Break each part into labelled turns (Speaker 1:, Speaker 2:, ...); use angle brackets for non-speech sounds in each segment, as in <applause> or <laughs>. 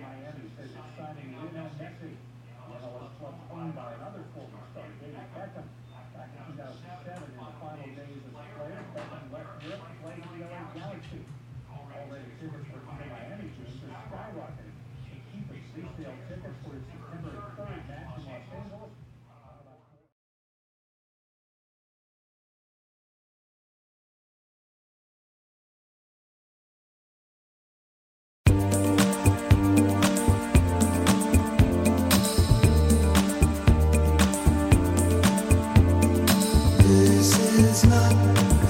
Speaker 1: Lakers' signing Lionel Messi. Lionel was plucked clean by another former star, David Beckham. Back in 2007, in the final days of his career, Beckham left Europe to play for the LA Galaxy. Already tickets for the Miami games are skyrocketing. The keep of resale tickets for his September 3rd match in Los Angeles. are about-
Speaker 2: This is not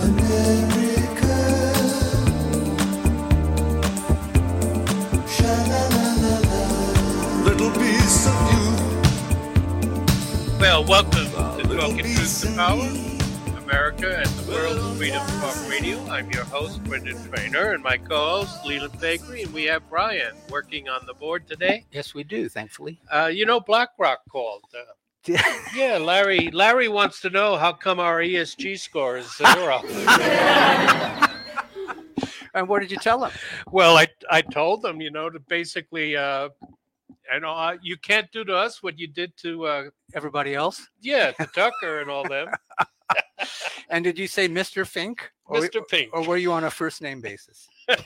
Speaker 2: America. Sha-la-la-la-la. Little piece of you,
Speaker 3: Well, welcome
Speaker 2: a
Speaker 3: to
Speaker 2: little
Speaker 3: Talking
Speaker 2: piece
Speaker 3: Truth
Speaker 2: of
Speaker 3: to Power,
Speaker 2: me.
Speaker 3: America and the world of Freedom Talk Radio. I'm your host, Brendan Trainer, and my co-host, Leland Bakery, and we have Brian working on the board today.
Speaker 4: Yes, we do, thankfully.
Speaker 3: Uh, you know, BlackRock called. Uh, yeah, Larry. Larry wants to know how come our E ESG score is zero.
Speaker 4: and what did you tell him?
Speaker 3: well, I I told them, you know, to basically, uh, you know, uh, you can't do to us what you did to, uh,
Speaker 4: Everybody else?
Speaker 3: yeah, to Tucker and all them,
Speaker 4: And did you say Mr. Fink? Or,
Speaker 3: Mr. Pink.
Speaker 4: or were you on a first name <laughs> basis?
Speaker 3: Yeah.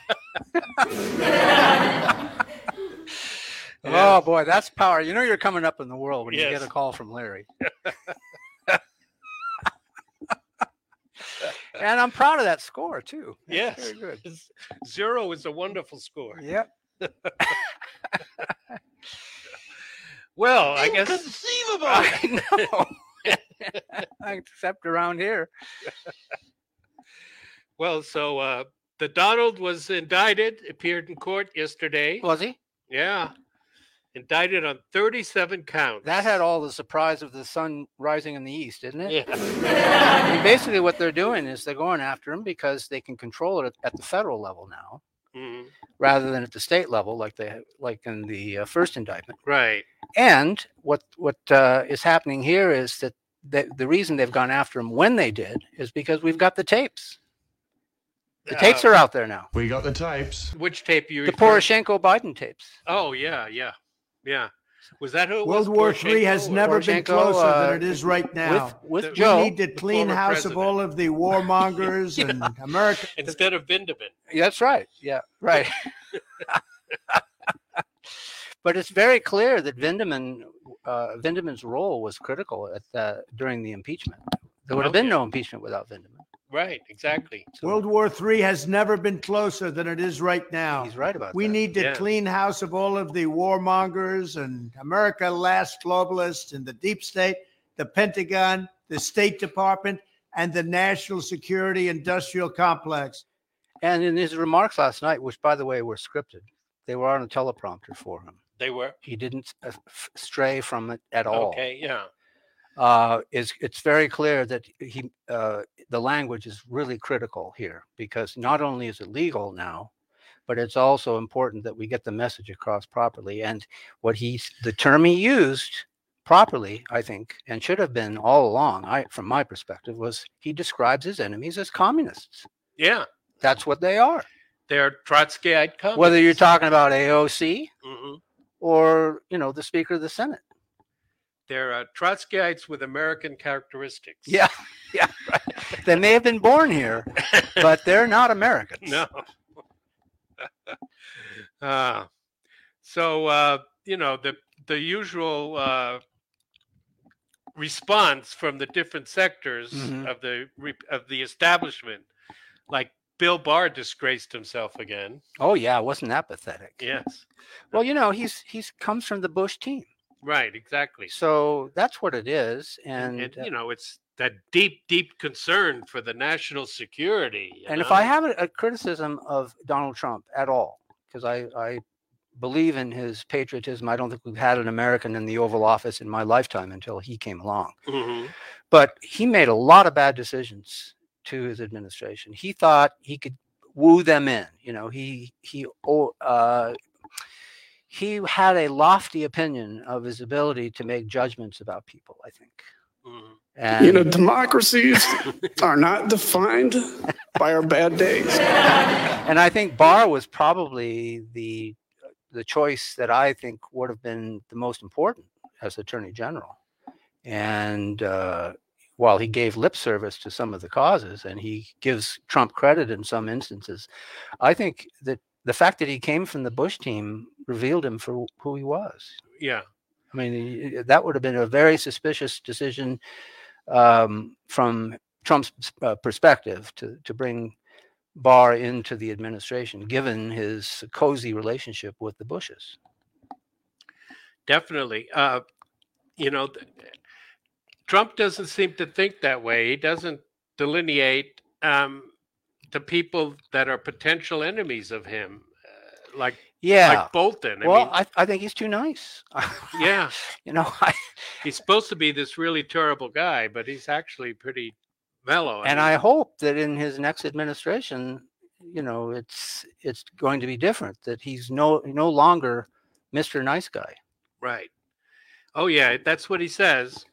Speaker 4: Oh boy, that's power. You know you're coming up in the world when you
Speaker 3: Yes.
Speaker 4: get a call from <laughs> Larry. and I'm proud of that score too.
Speaker 3: Yes.
Speaker 4: Very good.
Speaker 3: Zero is a wonderful score.
Speaker 4: Yep.
Speaker 3: Well, I guess
Speaker 5: Inconceivable!
Speaker 4: <laughs> I know. <laughs> Except around here.
Speaker 3: <laughs> Well, so uh, the Donald was indicted, appeared in court yesterday.
Speaker 4: Was he?
Speaker 3: yeah, indicted on 37 counts.
Speaker 4: That had all the surprise of the sun rising in the east, didn't it?
Speaker 3: Yeah.
Speaker 4: I mean, basically, what they're doing is they're going after him because they can control it at, at the federal level now,
Speaker 3: Mhm.
Speaker 4: rather than at the state level, like they like in the uh, first indictment.
Speaker 3: Right.
Speaker 4: And what what uh, is happening here is that the, the reason they've gone after him when they did is because we've got the tapes. The tapes
Speaker 3: Uh,
Speaker 4: are out there now.
Speaker 6: We got the types.
Speaker 3: Which tape you?
Speaker 4: The
Speaker 3: referring-
Speaker 4: Poroshenko Biden tapes.
Speaker 3: Oh yeah, yeah, yeah. Was that who? it was?
Speaker 7: World War
Speaker 3: Poroshenko
Speaker 7: III has
Speaker 3: or-
Speaker 7: never been
Speaker 4: Poroshenko,
Speaker 7: closer
Speaker 4: uh,
Speaker 7: than it is right now.
Speaker 4: with
Speaker 3: the-
Speaker 4: with
Speaker 3: we
Speaker 7: We
Speaker 4: Joe.
Speaker 7: need to
Speaker 3: the
Speaker 7: clean
Speaker 3: former
Speaker 7: house
Speaker 3: president.
Speaker 7: of all of the warmongers and America.
Speaker 3: instead of Bindeman.
Speaker 4: That's right. Yeah, right. but it's very clear that Vindeman, uh, Vindeman's role was critical at the, during the impeachment. There would have
Speaker 3: Oh,
Speaker 4: been
Speaker 3: yeah.
Speaker 4: no impeachment without Vindeman.
Speaker 3: Right. Exactly.
Speaker 4: So
Speaker 7: World War III has never been closer than it is right now.
Speaker 4: he's right about
Speaker 7: We
Speaker 4: that.
Speaker 7: need to
Speaker 3: Yeah.
Speaker 7: clean house of all of the warmongers and America last globalists and the deep state, the Pentagon, the State Department, and the national security industrial complex.
Speaker 4: And in his remarks last night, which by the way were scripted, they were on a teleprompter for him.
Speaker 3: They were.
Speaker 4: He didn't uh, f- stray from it at all.
Speaker 3: Okay. Yeah.
Speaker 4: uh, is it's very clear that he uh, the language is really critical here because not only is it legal now, but it's also important that we get the message across properly. And what he s- the term he used properly, I think, and should have been all along, I from my perspective, was he describes his enemies as communists.
Speaker 3: Yeah.
Speaker 4: That's what they are.
Speaker 3: They're Trotskyite communists.
Speaker 4: Whether you're talking about AOC
Speaker 3: Mhm.
Speaker 4: or you know the Speaker of the Senate. <laughs>
Speaker 3: They're uh, Trotskyites with American characteristics.
Speaker 4: Yeah, yeah. Right. They may have been born here, but they're not Americans.
Speaker 3: No. <laughs> uh, so uh, you know the the usual uh, response from the different sectors
Speaker 4: Mhm.
Speaker 3: of the re- of the establishment, like Bill Barr disgraced himself again.
Speaker 4: Oh yeah, wasn't that pathetic?
Speaker 3: Yes,
Speaker 4: Well, you know, he's he's comes from the Bush team,
Speaker 3: right, exactly.
Speaker 4: so that's what it is, and uh,
Speaker 3: And,
Speaker 4: and,
Speaker 3: you know it's that deep, deep concern for the national security. you
Speaker 4: if
Speaker 3: know?
Speaker 4: I have a, a criticism of Donald Trump at all, because I I believe in his patriotism. I don't think we've had an American in the Oval Office in my lifetime until he came along.
Speaker 3: Mhm.
Speaker 4: But he made a lot of bad decisions to his administration. He thought he could woo them in. You know, he he o- uh, he had a lofty opinion of his ability to make judgments about people. I think.
Speaker 3: Mhm.
Speaker 4: And
Speaker 8: You know, democracies are not defined by our bad days.
Speaker 4: and I think Barr was probably the the choice that I think would have been the most important as Attorney General. And uh, while he gave lip service to some of the causes and he gives Trump credit in some instances, I think that the fact that he came from the Bush team revealed him for who he was.
Speaker 3: Yeah.
Speaker 4: I mean, y- that would have been a very suspicious decision um, from Trump's uh, perspective to to bring Barr into the administration, given his cozy relationship with the Bushes.
Speaker 3: Definitely. Uh, you know, th- Trump doesn't seem to think that way. He doesn't delineate um, the people that are potential enemies of him, uh, like
Speaker 4: Yeah.
Speaker 3: like Bolton. I
Speaker 4: well,
Speaker 3: mean,
Speaker 4: I, I think he's too nice.
Speaker 3: yeah,
Speaker 4: <laughs> you know, I,
Speaker 3: <laughs> he's supposed to be this really terrible guy, but he's actually pretty mellow.
Speaker 4: and
Speaker 3: mean,
Speaker 4: I hope that in his next administration, you know, it's it's going to be different. That he's no no longer Mr. Nice Guy.
Speaker 3: right. Oh yeah, that's what he says.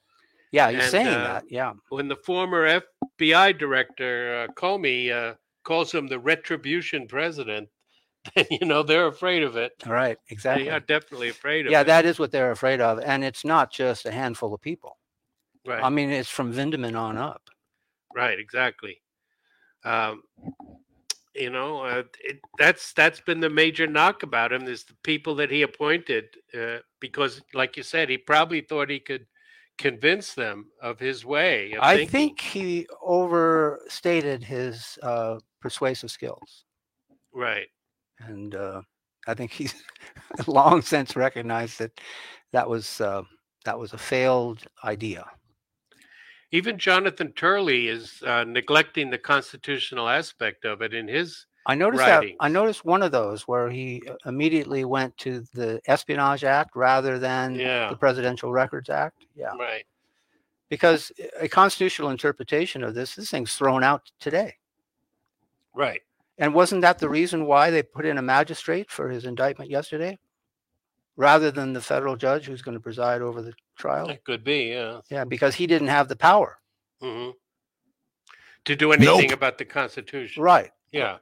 Speaker 4: Yeah, he's
Speaker 3: And,
Speaker 4: saying
Speaker 3: uh,
Speaker 4: that. Yeah.
Speaker 3: when the former FBI director uh, Comey uh, calls him the retribution president, <laughs> then you know they're afraid of it.
Speaker 4: All right. Exactly.
Speaker 3: They are definitely afraid of
Speaker 4: yeah,
Speaker 3: it.
Speaker 4: that is what they're afraid of, and it's not just a handful of people.
Speaker 3: right,
Speaker 4: I mean, it's from Vindeman on up.
Speaker 3: right, exactly. Um, you know, uh, it, that's that's been the major knock about him is the people that he appointed uh, because, like you said, he probably thought he could convince them of his way. Of
Speaker 4: I
Speaker 3: thinking.
Speaker 4: think he overstated his uh, persuasive skills,
Speaker 3: right.
Speaker 4: and uh, I think he's <laughs> long since recognized that that was uh, that was a failed idea.
Speaker 3: Even Jonathan Turley is uh, neglecting the constitutional aspect of it in his
Speaker 4: I noticed
Speaker 3: Writing.
Speaker 4: that I noticed one of those where he uh, immediately went to the Espionage Act rather than
Speaker 3: Yeah.
Speaker 4: the Presidential Records Act. Yeah,
Speaker 3: Right.
Speaker 4: because a constitutional interpretation of this this thing's thrown out today.
Speaker 3: Right.
Speaker 4: And wasn't that the reason why they put in a magistrate for his indictment yesterday? Rather than the federal judge who's going to preside over the trial?
Speaker 3: That could be. Yeah.
Speaker 4: Yeah, because he didn't have the power.
Speaker 3: hmm To do anything about the Constitution.
Speaker 4: Right.
Speaker 3: Yeah.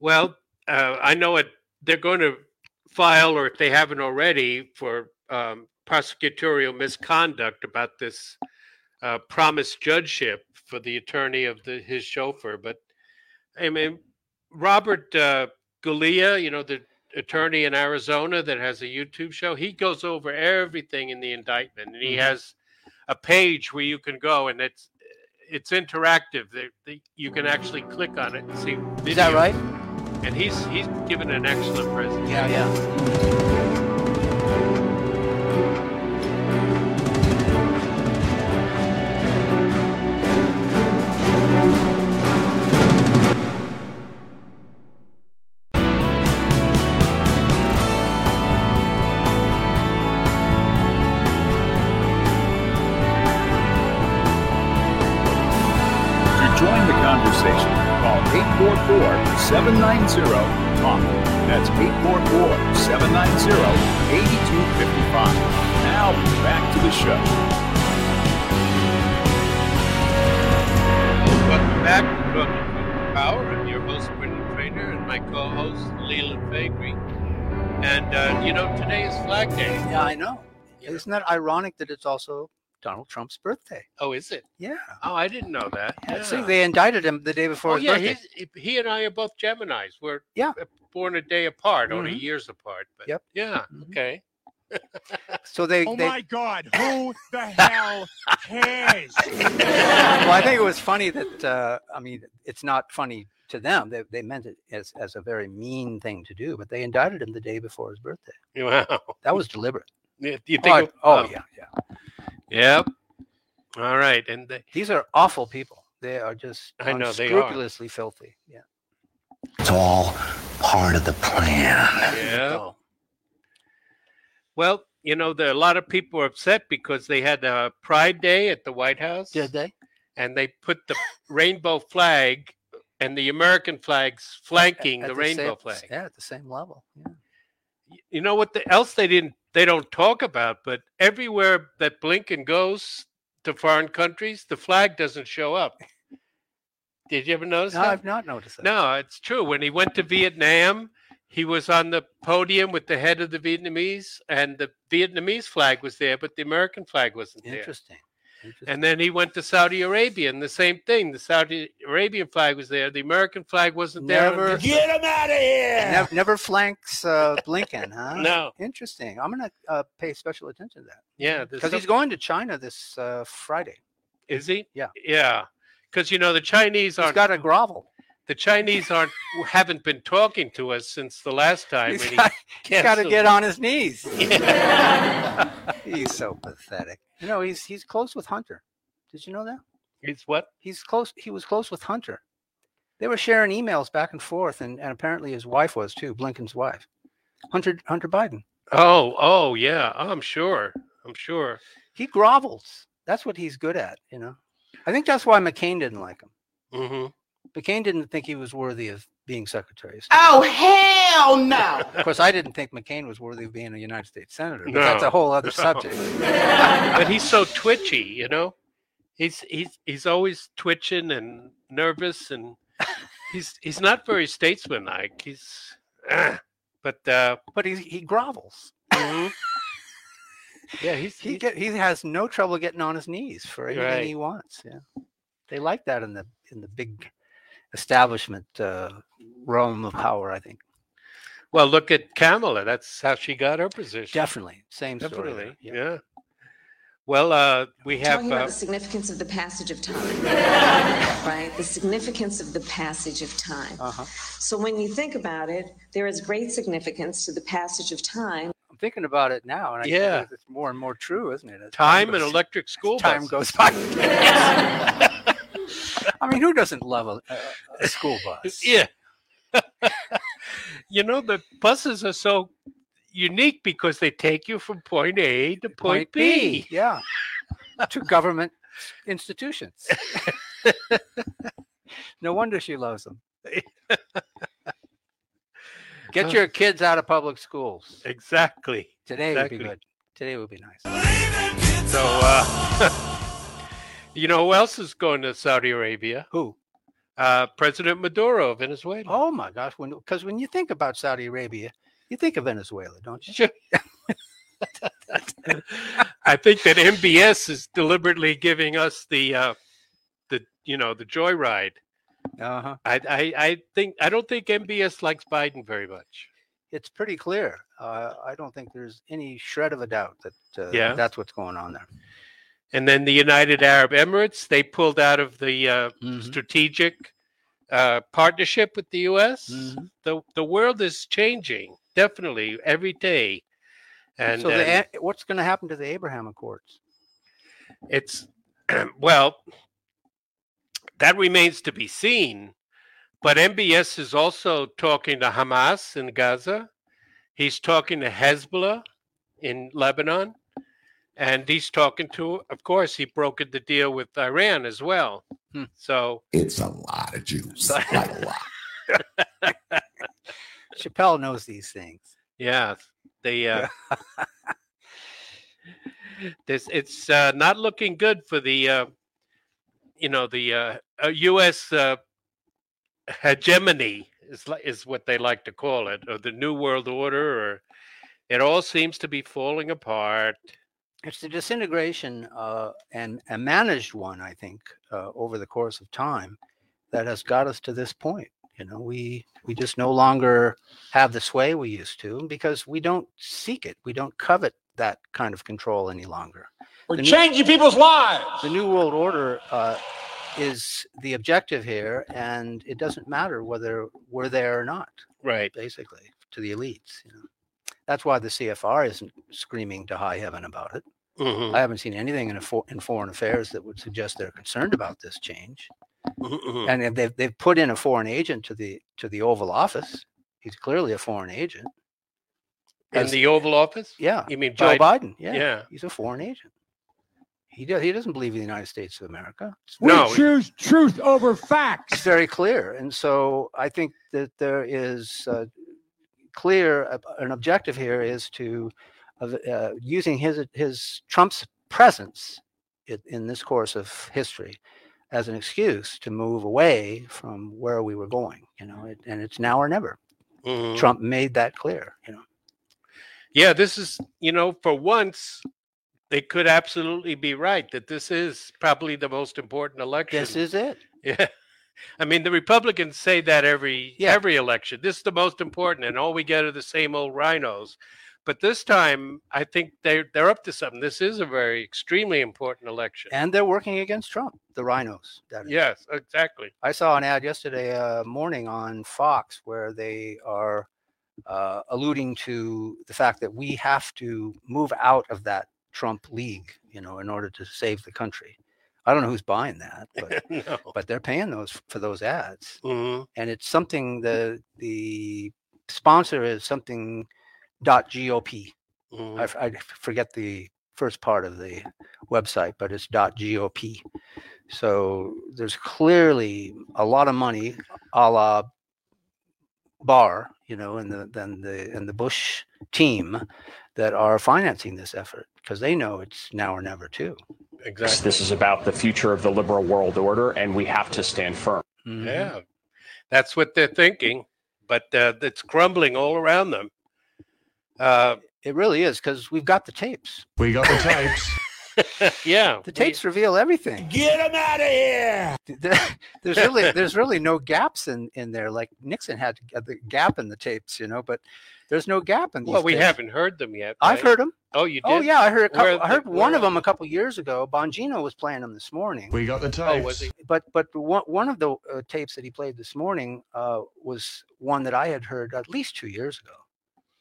Speaker 3: Well, uh, I know it. They're going to file, or if they haven't already, for um, prosecutorial misconduct about this uh, promised judgeship for the attorney of the, his chauffeur. But I mean, Robert uh, Galea, you know, the attorney in Arizona that has a YouTube show, he goes over everything in the indictment, and he
Speaker 4: Mhm.
Speaker 3: has a page where you can go, and it's it's interactive. They, they, you can actually click on it and see. Video.
Speaker 4: Is that right?
Speaker 3: And he's he's given an excellent presentation.
Speaker 4: Yeah, yeah.
Speaker 5: To join the conversation, call 844 790 TALK. That's 844 790 8255. Now, back to the show.
Speaker 3: Welcome back to Talking People Power. I'm your host, Brendan Trainer, and my co-host, Leland Fagri. And uh, you know, today is Flag Day.
Speaker 4: Yeah, I know.
Speaker 3: You know-
Speaker 4: Isn't that ironic that it's also Donald Trump's birthday?
Speaker 3: Oh, is it?
Speaker 4: Yeah.
Speaker 3: Oh, I didn't know that.
Speaker 4: I See,
Speaker 3: Yeah.
Speaker 4: they indicted him the day before
Speaker 3: oh,
Speaker 4: his
Speaker 3: yeah,
Speaker 4: birthday.
Speaker 3: he's, he and I are both Geminis. We're uh,
Speaker 4: Yeah.
Speaker 3: born a day apart, only
Speaker 4: Mhm.
Speaker 3: years apart. But
Speaker 4: Yep.
Speaker 3: yeah,
Speaker 4: Mhm.
Speaker 3: okay. <laughs>
Speaker 4: So they,
Speaker 6: Oh
Speaker 4: they
Speaker 6: my God, who the hell cares?
Speaker 4: well, I think it was funny that uh, I mean, it's not funny to them. They, they meant it as, as a very mean thing to do, but they indicted him the day before his birthday.
Speaker 3: Wow.
Speaker 4: That was deliberate.
Speaker 3: You think?
Speaker 4: Oh,
Speaker 3: it-
Speaker 4: oh, yeah, yeah.
Speaker 3: Yep. All right, and the,
Speaker 4: These are awful people. They are just
Speaker 3: I know they are.
Speaker 4: scrupulously filthy. Yeah.
Speaker 2: It's all part of the plan.
Speaker 3: yeah.
Speaker 4: Oh,
Speaker 3: Well, you know, there, a lot of people were upset because they had a Pride Day at the White House.
Speaker 4: Did they?
Speaker 3: and they put the rainbow flag and the American flags flanking the,
Speaker 4: At
Speaker 3: rainbow
Speaker 4: same-
Speaker 3: flag.
Speaker 4: Yeah, at the same level. Yeah.
Speaker 3: Y- You know what the, else they didn't they don't talk about, but everywhere that Blinken goes to foreign countries, the flag doesn't show up. Did you ever notice
Speaker 4: No,
Speaker 3: that?
Speaker 4: I've not noticed that.
Speaker 3: No, it's true. When he went to Vietnam, He was on the podium with the head of the Vietnamese, and the Vietnamese flag was there, but the American flag wasn't there.
Speaker 4: Interesting. Interesting.
Speaker 3: And then he went to Saudi Arabia, and the same thing. The Saudi Arabian flag was there. The American flag wasn't there. on
Speaker 4: Never-
Speaker 3: the-
Speaker 6: Get him out of here.
Speaker 4: Never, never flanks uh, Blinken, huh?
Speaker 3: <laughs> No.
Speaker 4: Interesting. I'm going to uh, pay special attention to that
Speaker 3: Yeah, there's
Speaker 4: because
Speaker 3: some-
Speaker 4: he's going to China this uh, Friday.
Speaker 3: Is he?
Speaker 4: Yeah.
Speaker 3: Yeah. Because you know the Chinese
Speaker 4: He's
Speaker 3: aren't
Speaker 4: got a grovel.
Speaker 3: the Chinese aren't haven't been talking to us since the last time.
Speaker 4: He's
Speaker 3: and he <laughs>
Speaker 4: got, he's got to
Speaker 3: canceled.
Speaker 4: get on his knees.
Speaker 3: <laughs>
Speaker 4: <laughs> he's so pathetic. You know, he's he's close with Hunter. Did you know that?
Speaker 3: It's what?
Speaker 4: He's close. He was close with Hunter. They were sharing emails back and forth, and, and apparently his wife was too. Blinken's wife, Hunter Hunter Biden.
Speaker 3: Oh, oh yeah. I'm sure. I'm sure.
Speaker 4: He grovels. That's what he's good at. You know, I think that's why McCain didn't like him.
Speaker 3: hmm
Speaker 4: McCain didn't think he was worthy of being Secretary of State.
Speaker 9: Oh, hell no.
Speaker 4: Of course, I didn't think McCain was worthy of being a United States Senator. But That's
Speaker 3: No,
Speaker 4: a whole other
Speaker 3: <laughs> no.
Speaker 4: subject.
Speaker 3: But he's so twitchy, you know. He's he's he's always twitching and nervous, and he's he's not very statesmanlike. He's, ah. but uh,
Speaker 4: But he, he grovels.
Speaker 3: mhm. yeah, he's
Speaker 4: He get, he has no trouble getting on his knees for anything
Speaker 3: Right.
Speaker 4: he wants. Yeah, they like that in the in the big establishment uh, realm of power. I think
Speaker 3: well. Look at Kamala. That's how she got her position.
Speaker 4: definitely same story. there.
Speaker 3: Definitely.
Speaker 4: Yeah.
Speaker 3: Yeah. Well, uh, we have.
Speaker 10: talking
Speaker 3: uh,
Speaker 10: about the significance of the passage
Speaker 3: <laughs>
Speaker 10: of time, right? The significance of the passage of time.
Speaker 4: Uh-huh.
Speaker 10: So when you think about it, there is great significance to the passage of time.
Speaker 4: I'm thinking about it now, and I
Speaker 3: Yeah.
Speaker 4: yeah, it's more and more true, isn't it? As
Speaker 3: Time and
Speaker 4: goes-
Speaker 3: electric school
Speaker 4: time
Speaker 3: bus.
Speaker 4: goes by. <laughs> I mean, who doesn't love a, a, a
Speaker 3: <laughs>
Speaker 4: school bus?
Speaker 3: Yeah. you know, the buses are so unique because they take you from point A to point,
Speaker 4: Point
Speaker 3: B.
Speaker 4: B, yeah, to government institutions. no wonder she loves them. Get
Speaker 3: <laughs>
Speaker 4: your kids out of public schools.
Speaker 3: Exactly.
Speaker 4: Today
Speaker 3: exactly.
Speaker 4: would be good. Today would be nice.
Speaker 3: So, uh, <laughs> you know who else is going to Saudi Arabia?
Speaker 4: Who?
Speaker 3: Uh, President Maduro of Venezuela.
Speaker 4: Oh my gosh! When because when you think about Saudi Arabia, you think of Venezuela, don't you?
Speaker 3: Sure. Oh. <laughs> I think that MBS is deliberately giving us the uh, the you know the joyride.
Speaker 4: Uh huh.
Speaker 3: I, I I think I don't think MBS likes Biden very much.
Speaker 4: It's pretty clear. Uh, I don't think there's any shred of a doubt that uh,
Speaker 3: Yeah.
Speaker 4: that's what's going on there.
Speaker 3: And then the United Arab Emirates they pulled out of the uh,
Speaker 4: Mm-hmm.
Speaker 3: strategic uh, partnership with the U.S.
Speaker 4: Mhm.
Speaker 3: the The world is changing definitely every day, and
Speaker 4: so
Speaker 3: uh,
Speaker 4: the, A- what's going to happen to the Abraham Accords?
Speaker 3: it's <clears throat> well that remains to be seen but mbs is also talking to hamas in gaza he's talking to hezbollah in lebanon and he's talking to of course he brokered the deal with iran as well
Speaker 4: Hmm.
Speaker 3: so
Speaker 11: It's a lot of juice. Like a lot.
Speaker 4: Chappelle knows these things.
Speaker 3: yeah they uh <laughs> this it's uh not looking good for the uh you know the uh uh, us uh hegemony is li- is what they like to call it or the new world order or it all seems to be falling apart
Speaker 4: It's the disintegration uh, and a managed one, I think, uh, over the course of time that has got us to this point. You know, we we just no longer have the sway we used to because we don't seek it. We don't covet that kind of control any longer.
Speaker 6: We're
Speaker 4: The new-
Speaker 6: changing people's lives.
Speaker 4: The New World Order uh, is the objective here, and it doesn't matter whether we're there or not.
Speaker 3: right
Speaker 4: Basically, to the elites. You know, that's why the CFR isn't screaming to high heaven about it.
Speaker 3: Mhm,
Speaker 4: I haven't seen anything in, a for, in foreign affairs that would suggest they're concerned about this change.
Speaker 3: mhm, mhm.
Speaker 4: And if they've, they've put in a foreign agent to the to the Oval Office. He's clearly a foreign agent.
Speaker 3: in
Speaker 4: as-
Speaker 3: the oval office
Speaker 4: Yeah,
Speaker 3: you mean
Speaker 4: Joe
Speaker 3: Biden?
Speaker 4: Biden. Yeah,
Speaker 3: yeah.
Speaker 4: he's a foreign agent. He does. He doesn't believe in the United States of America. It's
Speaker 6: We
Speaker 3: No.
Speaker 6: choose truth over
Speaker 4: it's
Speaker 6: facts.
Speaker 4: very clear, and so I think that there is uh, clear uh, an objective here is to of, uh, using his his Trump's presence in, in this course of history as an excuse to move away from where we were going. You know, it, and it's now or never.
Speaker 3: Mhm.
Speaker 4: Trump made that clear. You know,
Speaker 3: Yeah, this is, you know, for once, they could absolutely be right that this is probably the most important election.
Speaker 4: this is it.
Speaker 3: <laughs> Yeah. I mean, the Republicans say that every every election. This is the most important, and all we get are the same old rhinos. But this time, I think they're they're up to something. This is a very extremely important election.
Speaker 4: And they're working against Trump, the rhinos. That is.
Speaker 3: Yes, exactly. <laughs>
Speaker 4: I saw an ad yesterday uh, morning on Fox where they are uh, alluding to the fact that we have to move out of that Trump league, you know, in order to save the country. I don't know who's buying that,
Speaker 3: <laughs>
Speaker 4: but but they're paying those for those ads, and it's something the the sponsor is something dot gop. I f- I, forget the first part of the website, but it's dot gop. So there's clearly a lot of money, a la Barr, you know, and the then the and the Bush team that are financing this effort because they know it's now or never too.
Speaker 3: Exactly.
Speaker 12: This is about the future of the liberal world order, and we have to stand firm.
Speaker 4: Mm-hmm.
Speaker 3: Yeah, that's what they're thinking, but uh, it's crumbling all around them.
Speaker 4: Uh, it really is because we've got the tapes.
Speaker 3: We got the tapes. yeah,
Speaker 4: The tapes reveal everything.
Speaker 6: Get him out of
Speaker 4: <laughs>
Speaker 6: here.
Speaker 4: there's really there's really no gaps in in there. Like Nixon had the gap in the tapes, you know, but there's no gap in. These
Speaker 3: Well, we
Speaker 4: tapes.
Speaker 3: haven't heard them yet.
Speaker 4: I've
Speaker 3: right?
Speaker 4: heard 'em.
Speaker 3: Oh, you did?
Speaker 4: Oh yeah, I heard a
Speaker 3: Where
Speaker 4: couple, I
Speaker 3: the-
Speaker 4: heard one
Speaker 3: where-
Speaker 4: of them a couple years ago. Bongino was playing them this morning.
Speaker 11: We got the
Speaker 3: Oh, was tapes. he?
Speaker 4: But but one one of the uh, tapes that he played this morning uh, was one that I had heard at least two years ago.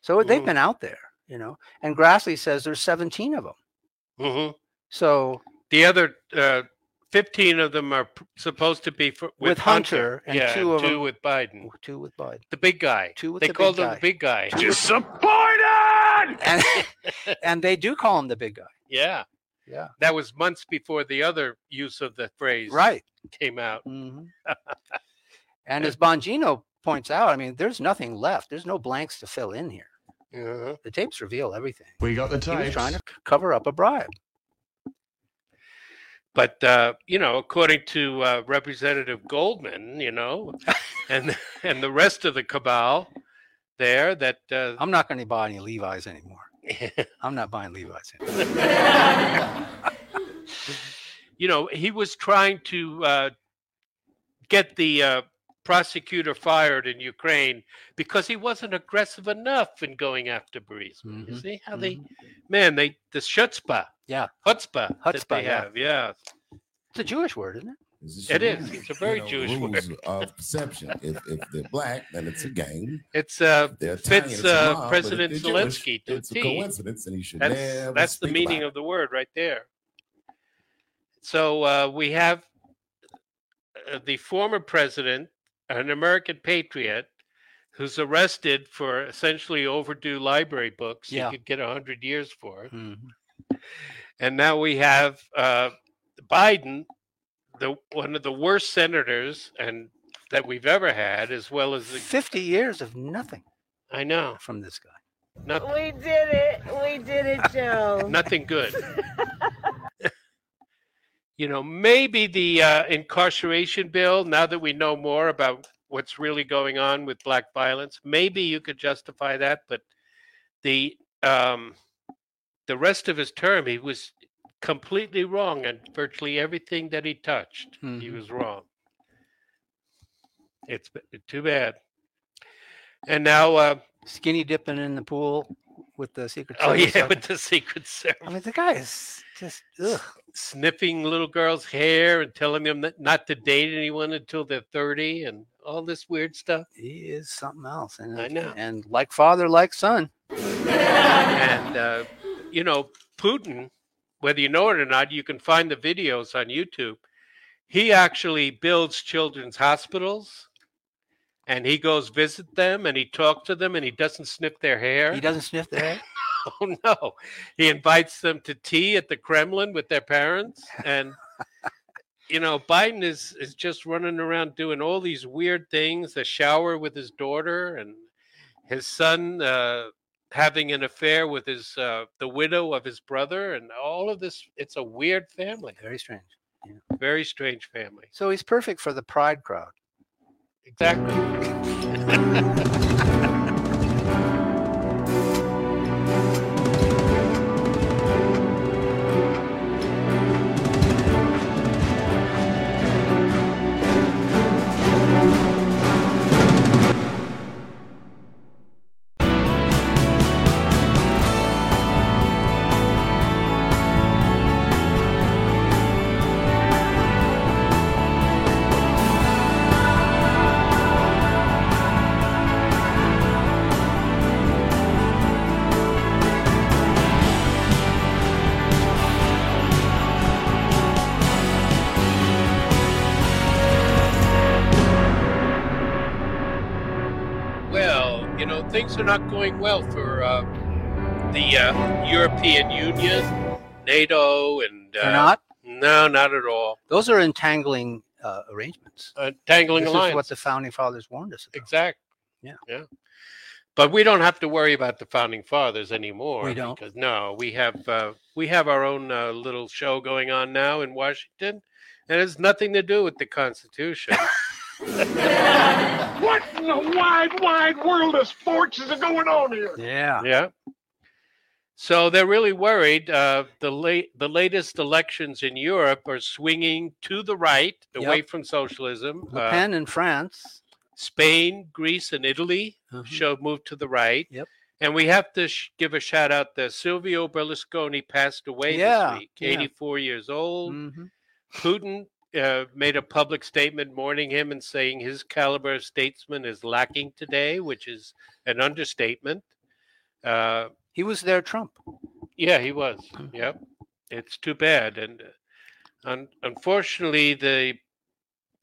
Speaker 4: So
Speaker 3: Mm.
Speaker 4: they've been out there, you know. And Grassley says there's 17 of them.
Speaker 3: hmm
Speaker 4: So
Speaker 3: The other uh, fifteen of them are p- supposed to be for,
Speaker 4: With
Speaker 3: with,
Speaker 4: Hunter and
Speaker 3: yeah,
Speaker 4: two of
Speaker 3: two
Speaker 4: them-
Speaker 3: with Biden,
Speaker 4: two with Biden,
Speaker 3: the big guy.
Speaker 4: Two with
Speaker 3: they
Speaker 4: the big
Speaker 3: called him
Speaker 4: guy.
Speaker 3: the big guy.
Speaker 4: disappointed.
Speaker 3: <laughs>
Speaker 4: And, <laughs> and they do call him the big guy.
Speaker 3: yeah,
Speaker 4: Yeah.
Speaker 3: that was months before the other use of the phrase
Speaker 4: Right.
Speaker 3: came out.
Speaker 4: <laughs> And as Bongino points out, I mean, there's nothing left. There's no blanks to fill in here.
Speaker 3: Uh-huh.
Speaker 4: The tapes reveal everything.
Speaker 11: We got the
Speaker 4: He was
Speaker 11: tapes.
Speaker 4: trying to c- cover up a bribe.
Speaker 3: But uh, you know, according to uh, Representative Goldman, you
Speaker 4: <laughs>
Speaker 3: know, and and the rest of the cabal there, that uh,
Speaker 4: I'm not going to buy any Levi's anymore.
Speaker 3: <laughs>
Speaker 4: I'm not buying Levi's anymore.
Speaker 3: you know, he was trying to uh, get the uh, prosecutor fired in Ukraine because he wasn't aggressive enough in going after Burisma. You see how they, man, they the shutzpah,
Speaker 4: Mm-hmm. Yeah.
Speaker 3: hutzpah, that
Speaker 4: Chutzpah,
Speaker 3: they
Speaker 4: yeah.
Speaker 3: have. Yeah,
Speaker 4: It's a Jewish word, isn't it?
Speaker 3: it is. It's a very Jewish
Speaker 11: rules
Speaker 3: word.
Speaker 11: of perception. If, if they're black, then it's a game.
Speaker 3: It's uh,
Speaker 11: They're Italian,
Speaker 3: fits
Speaker 11: it's a
Speaker 3: uh,
Speaker 11: mob, but if
Speaker 3: President
Speaker 11: they're Jewish,
Speaker 3: Zelensky to
Speaker 11: It's
Speaker 3: a
Speaker 11: a
Speaker 3: T.
Speaker 11: coincidence, and you should
Speaker 3: That's
Speaker 11: never
Speaker 3: that's the
Speaker 11: speak
Speaker 3: meaning
Speaker 11: about
Speaker 3: of the word right there. So uh, we have uh, the former president, an American patriot, who's arrested for essentially overdue library books.
Speaker 4: Yeah.
Speaker 3: He could get hundred years for,
Speaker 4: Mm-hmm.
Speaker 3: and now we have uh, Biden, the one of the worst senators and that we've ever had, as well as the,
Speaker 4: 50 years of nothing
Speaker 3: I know
Speaker 4: from this guy.
Speaker 3: not,
Speaker 13: We did it. We did it, Joe.
Speaker 3: nothing good. <laughs> you know, maybe the uh, incarceration bill, now that we know more about what's really going on with black violence, maybe you could justify that. But the um, the rest of his term, he was completely wrong on virtually everything that he touched. He
Speaker 4: Mhm.
Speaker 3: was wrong. It's b- too bad. And now, uh,
Speaker 4: Skinny dipping in the pool with the Secret
Speaker 3: oh
Speaker 4: Service.
Speaker 3: yeah,
Speaker 4: up-
Speaker 3: with the Secret <laughs> Service.
Speaker 4: I mean, the guy is just, ugh.
Speaker 3: sniffing little girls' hair and telling them that not to date anyone until they're 30 and all this weird stuff.
Speaker 4: He is something else. And,
Speaker 3: I know.
Speaker 4: And like father, like son.
Speaker 3: And, uh, you know, Putin, whether you know it or not, you can find the videos on YouTube. He actually builds children's hospitals and he goes visit them and he talks to them and he doesn't sniff their hair.
Speaker 4: He doesn't sniff the hair.
Speaker 3: <laughs> Oh no. He invites them to tea at the Kremlin with their parents. And you know, Biden is is just running around doing all these weird things, the shower with his daughter and his son uh having an affair with his uh the widow of his brother and all of this it's a weird family
Speaker 4: Very strange.
Speaker 3: very strange family
Speaker 4: So he's perfect for the pride crowd.
Speaker 3: exactly not going well for uh, the uh, European Union, NATO, and uh,
Speaker 4: They're not?
Speaker 3: No, not at all.
Speaker 4: Those are entangling uh, arrangements.
Speaker 3: Entangling
Speaker 4: this
Speaker 3: alliance.
Speaker 4: is what the founding fathers warned us about.
Speaker 3: Exact.
Speaker 4: Yeah.
Speaker 3: Yeah. But we don't have to worry about the founding fathers anymore.
Speaker 4: We don't.
Speaker 3: Because no, we have uh, we have our own uh, little show going on now in Washington, and it's nothing to do with
Speaker 4: <laughs>
Speaker 3: the Constitution.
Speaker 6: What in the wide, wide world of sports is going on here?
Speaker 4: yeah.
Speaker 3: Yeah. So they're really worried. Uh, the late, the latest elections in Europe are swinging to the right, away from socialism.
Speaker 4: Le
Speaker 3: Uh,
Speaker 4: Pen in France. Mm-hmm.
Speaker 3: Spain, Greece, and Italy show move to the right.
Speaker 4: Yep.
Speaker 3: And we have to sh- give a shout out that Silvio Berlusconi passed away
Speaker 4: Yeah,
Speaker 3: this week,
Speaker 4: yeah. Mm.
Speaker 3: 84 years old.
Speaker 4: Mm-hmm.
Speaker 3: Putin uh, made a public statement mourning him and saying his caliber of statesman is lacking today, which is an understatement. Uh,
Speaker 4: He was their Trump.
Speaker 3: yeah, he was. Yep. It's too bad. And uh, un- unfortunately, the,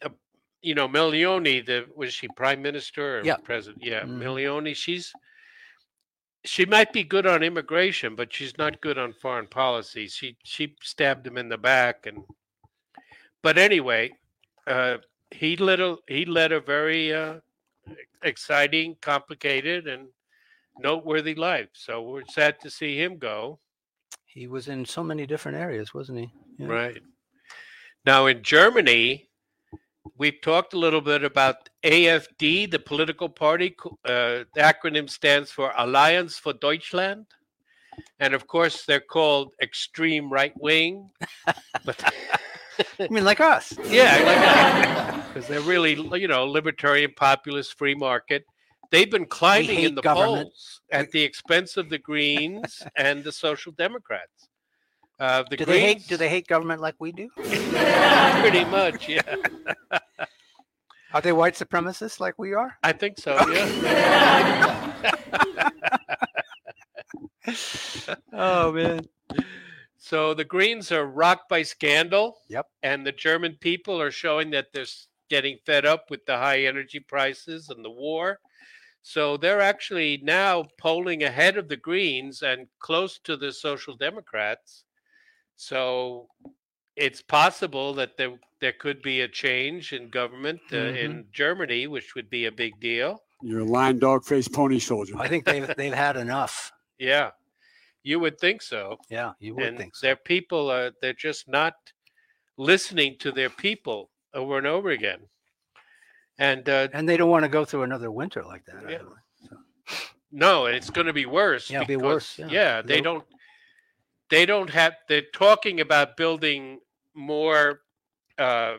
Speaker 3: uh, you know, Melioni, the, was she prime minister or
Speaker 4: Yeah.
Speaker 3: president? Yeah.
Speaker 4: Mhm.
Speaker 3: Melioni, she's, she might be good on immigration, but she's not good on foreign policy. She, she stabbed him in the back. And, but anyway, uh, he led a, he led a very, uh, exciting, complicated, and noteworthy life. So we're sad to see him go.
Speaker 4: He was in so many different areas, wasn't he? Yeah.
Speaker 3: Right. Now in Germany, we've talked a little bit about AFD, the political party. co- Uh, the acronym stands for Alliance for Deutschland. And of course, they're called extreme right wing. But
Speaker 4: I mean, like us.
Speaker 3: yeah,
Speaker 4: <laughs>
Speaker 3: because they're really, you know, libertarian, populist, free market. They've been climbing
Speaker 4: hate
Speaker 3: in the
Speaker 4: government.
Speaker 3: polls at the expense of
Speaker 4: <laughs>
Speaker 3: the Greens and the Social Democrats. Uh, the
Speaker 4: do they
Speaker 3: Greens,
Speaker 4: hate? Do they hate government like we do?
Speaker 3: pretty much, yeah.
Speaker 4: Are they white supremacists like we
Speaker 3: <laughs>
Speaker 4: are?
Speaker 3: I think so, yeah.
Speaker 4: Oh man.
Speaker 3: So the Greens are rocked by scandal.
Speaker 4: Yep.
Speaker 3: And the German people are showing that they're s- getting fed up with the high energy prices and the war. So they're actually now polling ahead of the Greens and close to the Social Democrats. So it's possible that there, there could be a change in government uh, in Germany, which would be a big deal.
Speaker 14: You're a lying dog faced pony soldier.
Speaker 4: I think they've they've had enough.
Speaker 3: Yeah, you would think so.
Speaker 4: Yeah, you would
Speaker 3: and
Speaker 4: think
Speaker 3: Their people are they're just not listening to their people over and over again. And uh,
Speaker 4: And they don't want to go through another winter like that.
Speaker 3: Yeah.
Speaker 4: either.
Speaker 3: no, it's going to be worse.
Speaker 4: Yeah, it'll be worse, yeah.
Speaker 3: they
Speaker 4: They'll-
Speaker 3: don't. They don't have. They're talking about building more uh,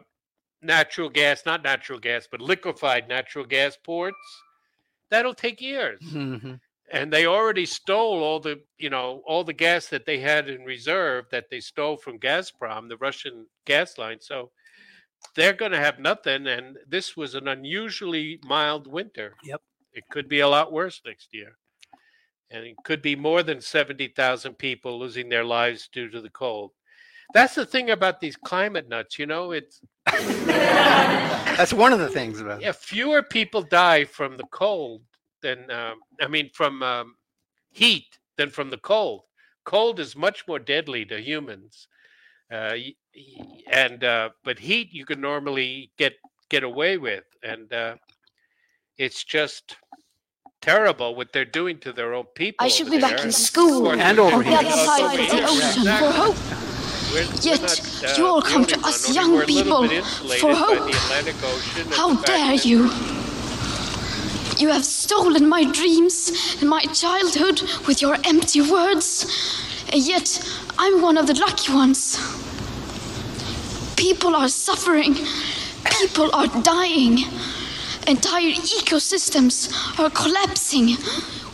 Speaker 3: natural gas, not natural gas, but liquefied natural gas ports. That'll take years.
Speaker 4: Mhm.
Speaker 3: and they already stole all the you know all the gas that they had in reserve that they stole from Gazprom, the Russian gas line. So they're going to have nothing. And this was an unusually mild winter.
Speaker 4: Yep.
Speaker 3: It could be a lot worse next year, and it could be more than seventy thousand people losing their lives due to the cold. That's the thing about these climate nuts, you know. It's
Speaker 4: That's one of the things about it.
Speaker 3: yeah, fewer people die from the cold than um, I mean from um, heat than from the cold. Cold is much more deadly to humans, uh, y- y- and uh, but heat you can normally get get away with, and uh, it's just terrible what they're doing to their own people.
Speaker 15: I should
Speaker 3: over
Speaker 15: be back
Speaker 3: there.
Speaker 15: in school
Speaker 3: Unfortunately,
Speaker 15: and on the
Speaker 3: it's
Speaker 15: other
Speaker 3: also
Speaker 15: side of
Speaker 3: overheated.
Speaker 15: the ocean for
Speaker 3: Exactly.
Speaker 15: hope.
Speaker 3: We're- we're
Speaker 15: Yet
Speaker 3: not, uh,
Speaker 15: you all
Speaker 3: the
Speaker 15: come
Speaker 3: only
Speaker 15: to us
Speaker 3: one. Only
Speaker 15: young
Speaker 3: we're a little
Speaker 15: people
Speaker 3: bit insulated
Speaker 15: for
Speaker 3: by the
Speaker 15: hope.
Speaker 3: Atlantic Ocean and
Speaker 15: How
Speaker 3: the fact
Speaker 15: dare
Speaker 3: that-
Speaker 15: you? You have stolen my dreams and my childhood with your empty words, and yet I'm one of the lucky ones. People are suffering, people are dying, entire ecosystems are collapsing.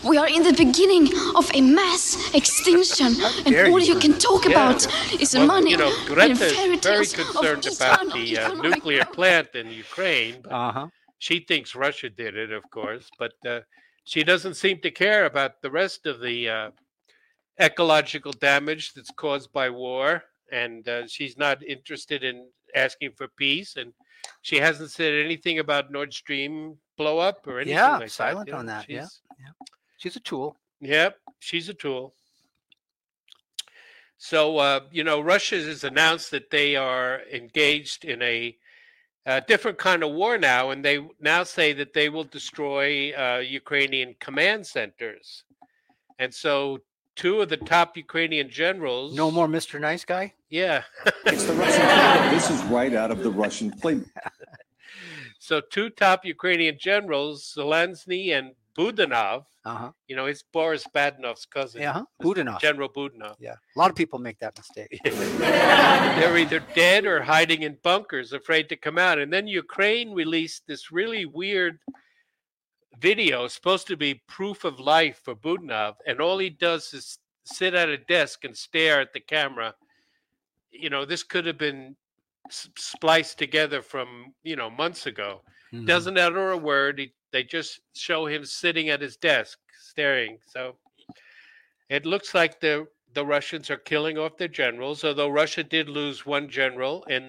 Speaker 15: We are in the beginning of a mass extinction, and
Speaker 3: dare
Speaker 15: all
Speaker 3: you.
Speaker 15: you can talk
Speaker 3: Yeah.
Speaker 15: about is
Speaker 3: Well,
Speaker 15: money
Speaker 3: You
Speaker 15: <laughs>
Speaker 3: know,
Speaker 15: and
Speaker 3: Greta
Speaker 15: fairy
Speaker 3: is very
Speaker 15: tales of
Speaker 3: concerned about the uh, nuclear plant in Ukraine.
Speaker 4: Uh huh.
Speaker 3: She thinks Russia did it, of course, but uh, she doesn't seem to care about the rest of the uh, ecological damage that's caused by war. And uh, she's not interested in asking for peace. And she hasn't said anything about Nord Stream blow up or anything
Speaker 4: Yeah,
Speaker 3: like that.
Speaker 4: silent
Speaker 3: you know,
Speaker 4: on that, yeah,
Speaker 3: she's-
Speaker 4: She's a tool.
Speaker 3: Yep, she's a tool. So uh, you know, Russia has announced that they are engaged in a, uh different kind of war now, and they now say that they will destroy uh, Ukrainian command centers. And so, two of the top Ukrainian generals.
Speaker 4: No more Mr. Nice Guy?
Speaker 3: Yeah.
Speaker 16: It's the Russian playbook. This is right out of the Russian playbook.
Speaker 3: So two top Ukrainian generals, Zelensny and Budanov.
Speaker 4: Uh-huh.
Speaker 3: You know, it's Boris Badenov's cousin.
Speaker 4: Yeah, uh-huh.
Speaker 3: Mr.
Speaker 4: Budanov.
Speaker 3: General Budanov.
Speaker 4: Yeah. A lot of people make that
Speaker 3: <laughs>
Speaker 4: mistake.
Speaker 3: They're either dead or hiding in bunkers, afraid to come out. And then Ukraine released this really weird video, supposed to be proof of life for Budanov, and all he does is sit at a desk and stare at the camera. You know, this could have been s- spliced together from you know months ago.
Speaker 4: Mm-hmm.
Speaker 17: Mhm.
Speaker 3: Doesn't utter a word. He, they just show him sitting at his desk staring. So it looks like the the Russians are killing off their generals. Although Russia did lose one general, and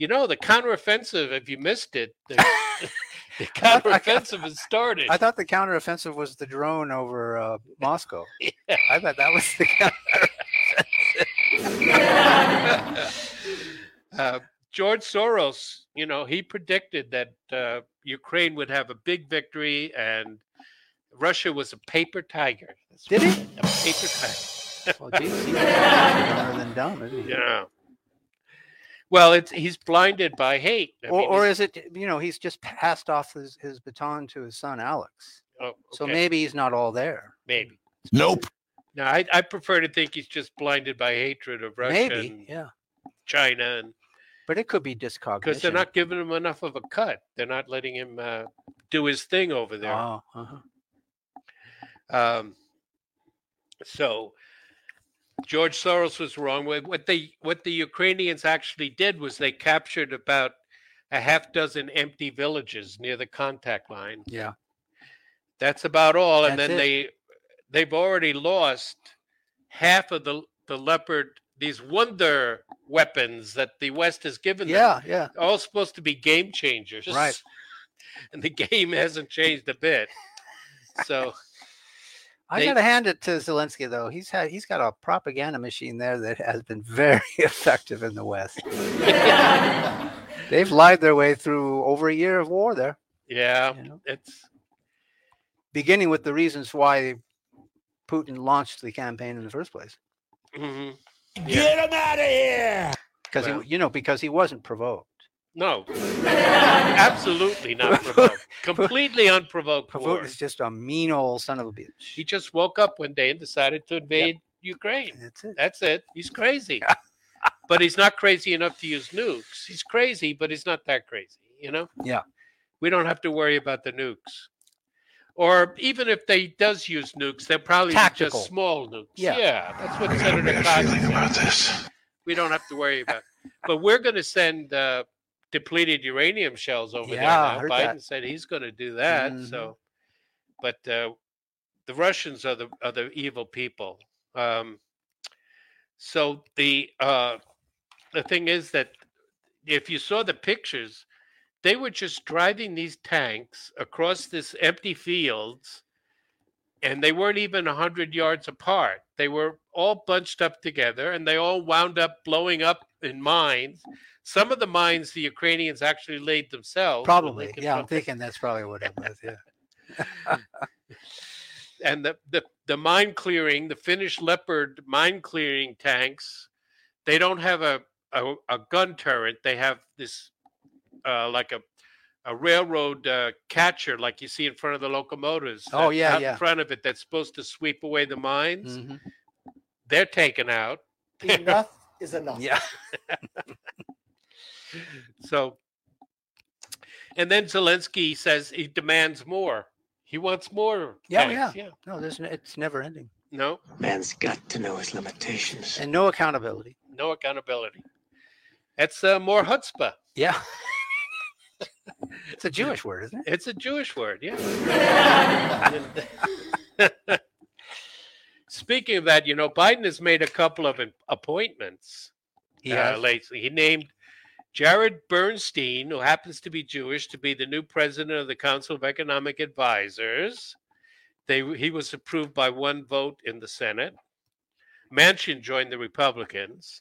Speaker 3: you know the counteroffensive. If you missed it, the, <laughs> the counteroffensive has started.
Speaker 4: I thought the counteroffensive was the drone over
Speaker 3: <laughs>
Speaker 4: uh, Moscow. I thought that was the counter.
Speaker 3: uh, George Soros, you know, he predicted that uh, Ukraine would have a big victory and Russia was a paper tiger. <laughs> Did it? A paper tiger.
Speaker 4: Well, geez,
Speaker 3: <laughs>
Speaker 4: he's smarter than dumb, isn't he?
Speaker 3: Yeah. Well, it's he's blinded by hate. I
Speaker 4: or,
Speaker 3: mean,
Speaker 4: or
Speaker 3: it's-
Speaker 4: is it, you know, he's just passed off his, his baton to his son, Alex.
Speaker 3: oh,
Speaker 4: So
Speaker 3: okay,
Speaker 4: maybe he's not all there.
Speaker 3: maybe.
Speaker 4: Nope.
Speaker 3: No, I, I prefer to think he's just blinded by hatred of Russia
Speaker 4: Maybe,
Speaker 3: and
Speaker 4: yeah.
Speaker 3: China, and
Speaker 4: But it could be discognition.
Speaker 3: because they're not giving him enough of a cut. They're not letting him uh, do his thing over there.
Speaker 4: Oh, uh-huh. Ah.
Speaker 3: Um, so George Soros was wrong. What what they what the Ukrainians actually did was they captured about a half dozen empty villages near the contact line.
Speaker 4: Yeah.
Speaker 3: That's about all. And
Speaker 4: That's
Speaker 3: then
Speaker 4: it.
Speaker 3: they they've already lost half of the the leopard these wonder weapons that the West has given
Speaker 4: Yeah,
Speaker 3: them.
Speaker 4: yeah.
Speaker 3: All supposed to be game changers.
Speaker 4: Right.
Speaker 3: <laughs> And the game hasn't changed a bit. So
Speaker 4: I
Speaker 3: they-
Speaker 4: gotta hand it to Zelensky though. He's had he's got a propaganda machine there that has been <laughs> very effective in the
Speaker 3: <laughs>
Speaker 4: West. They've lied their way through over a year of war there,
Speaker 3: Yeah, it's
Speaker 4: beginning with the reasons why Putin launched the campaign in the first place.
Speaker 3: mm-hmm.
Speaker 6: Get him out of here.
Speaker 4: Because
Speaker 3: Well-
Speaker 4: he, you know, because he wasn't provoked.
Speaker 3: no,
Speaker 4: <laughs>
Speaker 3: absolutely not provoked. Completely unprovoked. war.
Speaker 4: Provoked is just a mean old son of a bitch.
Speaker 3: He just woke up one day and decided to invade Ukraine.
Speaker 4: That's it.
Speaker 3: That's it. He's crazy,
Speaker 4: <laughs>
Speaker 3: but he's not crazy enough to use nukes. He's crazy, but he's not that crazy. You know,
Speaker 4: Yeah.
Speaker 3: we don't have to worry about the nukes. Or even if they does use nukes, they're probably
Speaker 4: Tactical.
Speaker 3: just small nukes.
Speaker 4: Yeah.
Speaker 3: that's what Senator Cotton said. We don't have to worry about. it. But we're going to send uh, depleted uranium shells over
Speaker 4: Yeah, I
Speaker 3: there
Speaker 4: heard
Speaker 3: now. Biden
Speaker 4: that.
Speaker 3: said he's going to do that.
Speaker 4: Mhm.
Speaker 3: So, but uh, the Russians are the are the evil people. Um, so the uh, the thing is that if you saw the pictures, they were just driving these tanks across this empty fields, and they weren't even hundred yards apart. They were all bunched up together, and they all wound up blowing up in mines. Some of the mines the Ukrainians actually laid themselves. when they
Speaker 4: Probably. Yeah, I'm
Speaker 3: confronted
Speaker 4: thinking that's probably what it was.
Speaker 3: <laughs>
Speaker 4: Yeah.
Speaker 3: and the, the the mine clearing, the Finnish Leopard mine clearing tanks, they don't have a a, a gun turret. They have this uh, like a a railroad uh, catcher, like you see in front of the locomotives.
Speaker 4: Oh,
Speaker 3: that's
Speaker 4: yeah,
Speaker 3: out
Speaker 4: yeah. Mm.
Speaker 3: in front of it. That's supposed to sweep away the mines.
Speaker 4: Mm-hmm.
Speaker 3: They're taken out.
Speaker 18: Enough is enough.
Speaker 4: Yeah.
Speaker 3: So, and then Zelensky says he demands more. He wants more.
Speaker 4: Yeah, oh, yeah.
Speaker 3: tanks.
Speaker 4: No, there's n- it's never ending.
Speaker 3: No.
Speaker 18: Man's got to know his limitations.
Speaker 4: And no accountability.
Speaker 3: no accountability. That's uh, more chutzpah.
Speaker 4: Yeah. it's a Jewish word, isn't it?
Speaker 3: It's a Jewish word,
Speaker 4: <laughs>
Speaker 3: yeah. And- Speaking of that, you know, Biden has made a couple of appointments
Speaker 4: He
Speaker 3: uh,
Speaker 4: has.
Speaker 3: lately. He named Jared Bernstein, who happens to be Jewish, to be the new president of the Council of Economic Advisors. They he was approved by one vote in the Senate. Manchin joined the Republicans,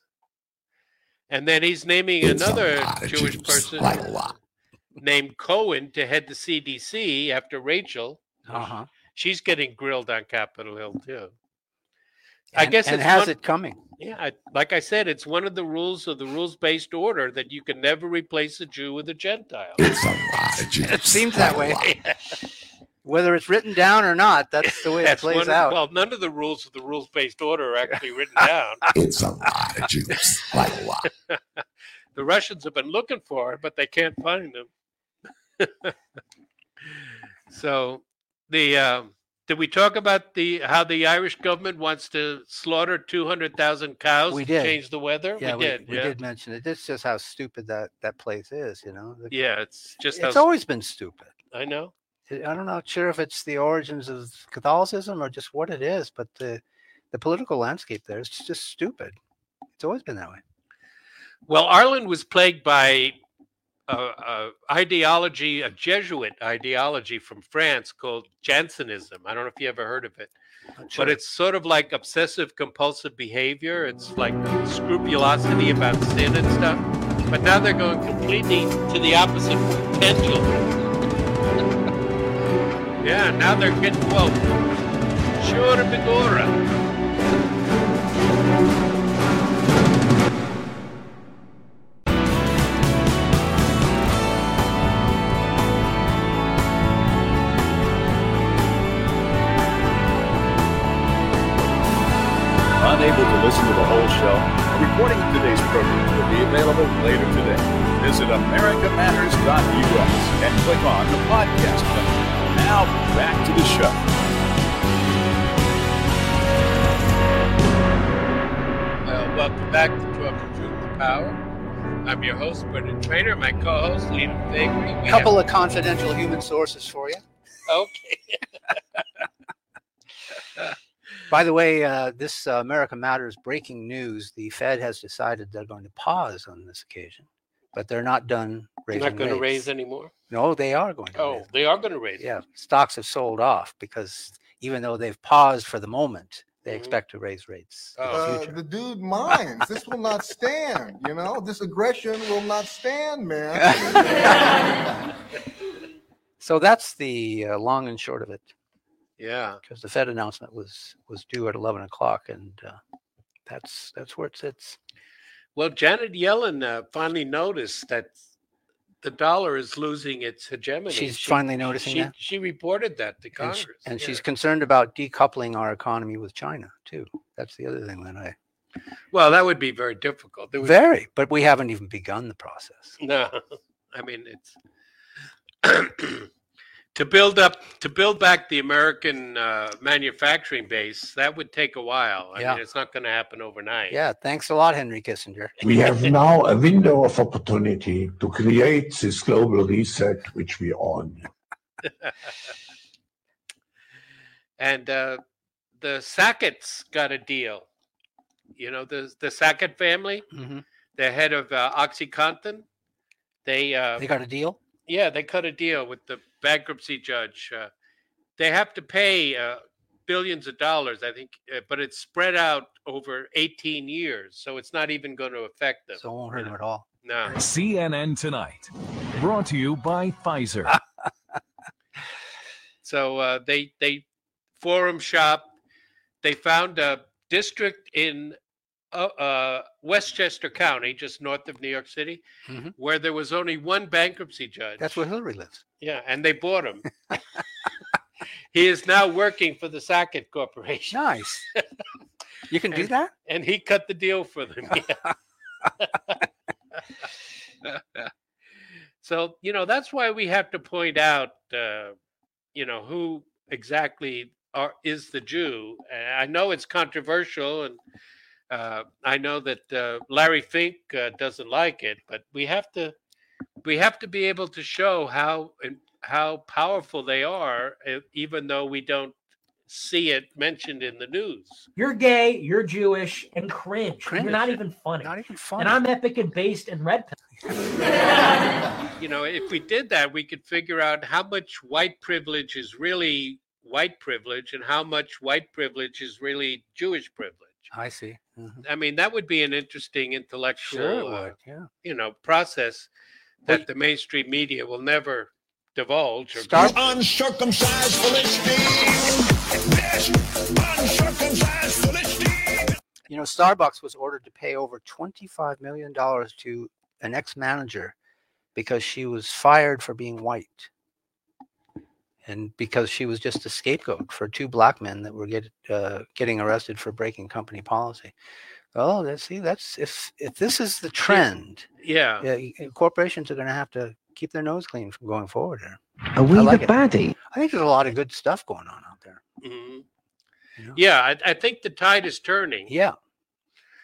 Speaker 3: and then he's naming another Jewish person named Cohen to head the CDC after Rachel.
Speaker 4: Uh-huh.
Speaker 3: She's getting grilled on Capitol Hill too. I
Speaker 4: And-
Speaker 3: guess
Speaker 4: and
Speaker 3: it's
Speaker 4: has
Speaker 3: one-
Speaker 4: it coming.
Speaker 3: Yeah, I- like I said, it's one of the rules of the rules-based order that you can never replace a Jew with a Gentile. <laughs>
Speaker 4: It <laughs> seems that way. <laughs> Whether it's written down or not, that's the way it
Speaker 3: That's
Speaker 4: plays
Speaker 3: one of-
Speaker 4: out.
Speaker 3: well, none of the rules of the rules-based
Speaker 4: <laughs>
Speaker 3: order are actually written down.
Speaker 11: It's a lot of Jews. Like a lot.
Speaker 3: The Russians have been looking for it, but they can't find them. <laughs> so, the um, did we talk about the how the Irish government wants to slaughter two hundred thousand cows
Speaker 4: we
Speaker 3: to
Speaker 4: did
Speaker 3: change the weather?
Speaker 4: Yeah,
Speaker 3: we did.
Speaker 4: We
Speaker 3: yeah.
Speaker 4: did mention it. That's just how stupid that that place is. You know. The-
Speaker 3: Yeah, it's just
Speaker 4: It's
Speaker 3: how-
Speaker 4: always been stupid.
Speaker 3: I know.
Speaker 4: I don't know sure if it's the origins of Catholicism or just what it is, but the the political landscape there is just stupid. It's always been that way.
Speaker 3: Well, Ireland was plagued by a, a ideology, a Jesuit ideology from France called Jansenism. I don't know if you ever heard of it, but it's sort of like obsessive compulsive behavior. It's like scrupulosity about sin and stuff. But now they're going completely to the opposite potential. <laughs> yeah, now they're getting woke. Sure, Bigora.
Speaker 5: Unable to listen to the whole show, a recording of today's program will be available later today. Visit americamatters.us and click on the podcast button. Now, back to the show.
Speaker 3: Uh, welcome back to Talking Truth to Power. I'm your host, Brendan Trainer. My co-host, Lena Fagri.
Speaker 4: A
Speaker 3: We
Speaker 4: couple
Speaker 3: have-
Speaker 4: of confidential human sources for you.
Speaker 3: Okay.
Speaker 4: <laughs> By the way, uh, this uh, America Matters breaking news: the Fed has decided they're going to pause on this occasion, but they're not done
Speaker 3: They're
Speaker 4: raising.
Speaker 3: not going to
Speaker 4: rates.
Speaker 3: raise anymore.
Speaker 4: No, they are going to.
Speaker 3: Oh, they are going to raise.
Speaker 4: Yeah, stocks have sold off because even though they've paused for the moment, they
Speaker 3: Mm-hmm.
Speaker 4: expect to raise rates. in the
Speaker 17: Uh,
Speaker 4: Oh, future.
Speaker 17: the dude minds. This will not stand. You know, this aggression will not stand,
Speaker 3: Oh. <laughs>
Speaker 17: man.
Speaker 4: <laughs> So that's the uh, long and short of it.
Speaker 3: Yeah.
Speaker 4: Because the Fed announcement was was due at eleven o'clock, and uh, that's that's where it sits.
Speaker 3: Well, Janet Yellen uh, finally noticed that the dollar is losing its hegemony.
Speaker 4: She's finally noticing
Speaker 3: she,
Speaker 4: that?
Speaker 3: She reported that to
Speaker 4: And,
Speaker 3: Congress,
Speaker 4: sh- and
Speaker 3: yeah.
Speaker 4: she's concerned about decoupling our economy with China too. That's the other thing that I
Speaker 3: Well, that would be very difficult. There would-
Speaker 4: very, but we haven't even begun the process.
Speaker 3: No, <laughs> I mean it's <clears throat> to build up to build back the American uh, manufacturing base. That would take a while. I
Speaker 4: Yeah.
Speaker 3: mean, it's not going to happen overnight.
Speaker 4: Yeah, thanks a lot, Henry Kissinger.
Speaker 19: We have now a window of opportunity to create this global reset which we are on.
Speaker 3: and uh, the Sacketts got a deal. You know the the Sackett family,
Speaker 4: Mhm.
Speaker 3: the head of uh, OxyContin. They uh,
Speaker 4: They got a deal.
Speaker 3: Yeah, they cut a deal with the bankruptcy judge. Uh, they have to pay uh, billions of dollars, I think, uh, but it's spread out over 18 years, so it's not even going to affect them.
Speaker 4: So it won't hurt them at all.
Speaker 3: No.
Speaker 20: CNN Tonight, brought to you by Pfizer.
Speaker 21: Ah.
Speaker 3: So uh, they they forum shop. They found a district in uh, uh, Westchester County, just north of New York City,
Speaker 4: Mhm.
Speaker 3: where there was only one bankruptcy judge.
Speaker 4: That's where Hillary lives.
Speaker 3: Yeah, and they bought him. <laughs> he is now working for the Sackett Corporation. <laughs>
Speaker 4: Nice. You can do that?
Speaker 3: And he cut the deal for them. yeah. <laughs> so, you know, that's why we have to point out, uh, you know, who exactly are, is the Jew. And I know it's controversial and uh, I know that uh, Larry Fink uh, doesn't like it, but we have to we have to be able to show how and how powerful they are, e- even though we don't see it mentioned in the news.
Speaker 21: You're gay, you're Jewish, and cringe.
Speaker 3: Cringe.
Speaker 21: You're not even funny. Not
Speaker 4: even funny.
Speaker 21: And I'm epic and based and red pill.
Speaker 3: You know, if we did that, we could figure out how much white privilege is really white privilege and how much white privilege is really Jewish privilege.
Speaker 4: I see. Mm-hmm.
Speaker 3: I mean, that would be an interesting intellectual,
Speaker 4: Sure, it
Speaker 3: uh,
Speaker 4: would. Yeah.
Speaker 3: you know, process that the mainstream media will never divulge. Or
Speaker 4: Start-
Speaker 1: Uncircumcised Philistine. This uncircumcised Philistine.
Speaker 4: You know, Starbucks was ordered to pay over $25 million to an ex manager because she was fired for being white and because she was just a scapegoat for two black men that were get, uh, getting arrested for breaking company policy. Oh, that's see, that's if if this is the trend,
Speaker 3: yeah,
Speaker 4: yeah corporations are going to have to keep their nose clean from going forward here.
Speaker 22: Are we
Speaker 4: I like
Speaker 22: the
Speaker 4: it.
Speaker 22: baddie?
Speaker 4: I think there's a lot of good stuff going on out there.
Speaker 3: Mhm. Yeah, I, I think the tide is turning
Speaker 4: Yeah,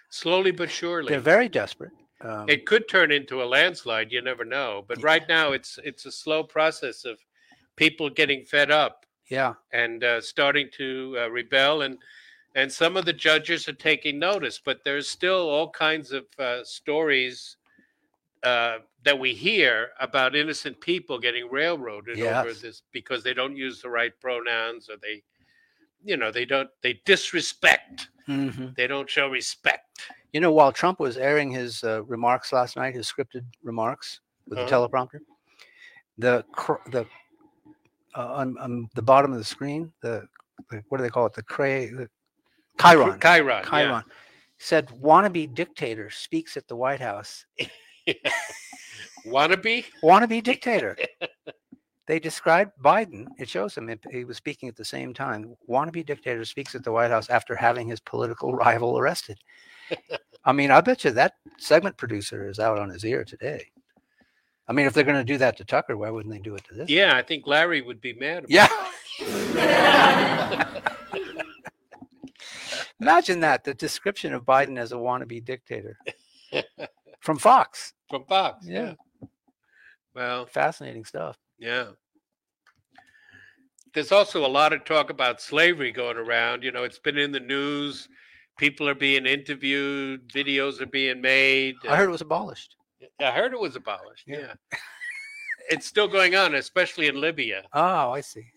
Speaker 3: slowly but surely.
Speaker 4: they're very desperate. Um,
Speaker 3: it could turn into a landslide. You never know. But right now, it's it's a slow process of people getting fed up
Speaker 4: yeah,
Speaker 3: and uh, starting to uh, rebel, and and some of the judges are taking notice. But there's still all kinds of uh, stories uh, that we hear about innocent people getting railroaded over
Speaker 4: Yes.
Speaker 3: this because they don't use the right pronouns or they, you know, they don't they disrespect.
Speaker 4: hmm
Speaker 3: They don't show respect.
Speaker 4: You know, while Trump was airing his uh, remarks last night, his scripted remarks with the
Speaker 3: Uh-huh.
Speaker 4: teleprompter, the cr- the uh, on, on the bottom of the screen, the, the what do they call it? The cray, the Chiron,
Speaker 3: Chiron, yeah.
Speaker 4: Chiron said, "Wannabe dictator speaks at the White House.
Speaker 3: Wannabe?
Speaker 4: Wannabe dictator." They described Biden. It shows him. it- He was speaking at the same time. Wannabe dictator speaks at the White House after having his political <laughs> rival arrested. I mean, I bet you that segment producer is out on his ear today. I mean, if they're going to do that to Tucker, why wouldn't they do it to this?
Speaker 3: Yeah, I think Larry would be mad. About
Speaker 4: Yeah. <laughs>
Speaker 3: yeah.
Speaker 4: Imagine that the description of Biden as a wannabe dictator from Fox.
Speaker 3: From Fox.
Speaker 4: Yeah.
Speaker 3: Yeah. Well,
Speaker 4: Fascinating stuff.
Speaker 3: yeah. There's also a lot of talk about slavery going around. You know, it's been in the news. People are being interviewed. Videos are being made.
Speaker 4: I heard it was abolished.
Speaker 3: I heard it was abolished. Yeah.
Speaker 4: Yeah.
Speaker 3: it's still going on, especially in Libya,
Speaker 4: Oh, I see.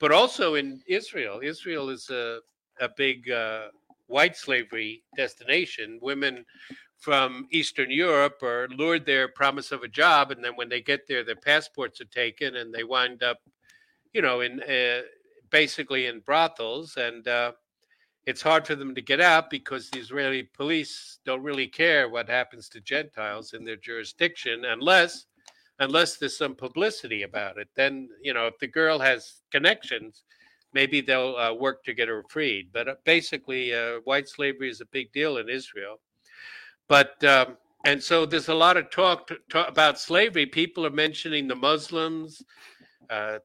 Speaker 3: but also in Israel. Israel is a, a big uh, white slavery destination. Women from Eastern Europe are lured there, promise of a job, and then when they get there, their passports are taken, and they wind up, you know, in uh, basically in brothels, and uh, it's hard for them to get out because the Israeli police don't really care what happens to Gentiles in their jurisdiction, unless unless there's some publicity about it. Then you know, if the girl has connections. Maybe they'll uh, work to get her freed, but uh, basically, uh, white slavery is a big deal in Israel but um, and so there's a lot of talk, talk about slavery. People are mentioning the Muslims. Uh,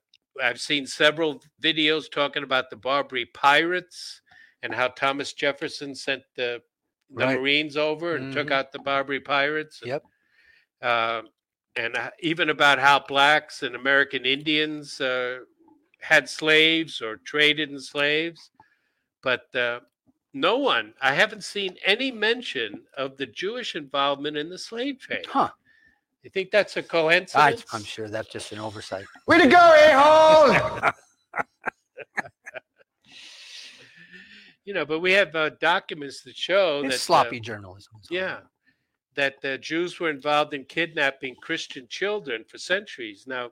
Speaker 3: I've seen several videos talking about the Barbary pirates and how Thomas Jefferson sent the the
Speaker 4: Right.
Speaker 3: Marines over and took
Speaker 4: Mhm.
Speaker 3: out the Barbary pirates.
Speaker 4: Yep.
Speaker 3: Uh, and uh, even about how blacks and American Indians uh, had slaves or traded in slaves, but uh, no one. I haven't seen any mention of the Jewish involvement in the slave trade.
Speaker 4: Huh. Ah,
Speaker 3: You think that's a
Speaker 4: I,
Speaker 3: coincidence?
Speaker 4: I'm sure that's just an oversight.
Speaker 1: Way to go, a-hole!
Speaker 3: you know, but we have uh, documents that show
Speaker 4: It's
Speaker 3: that
Speaker 4: sloppy
Speaker 3: uh,
Speaker 4: journalism.
Speaker 3: Yeah, that the Jews were involved in kidnapping Christian children for centuries. Now,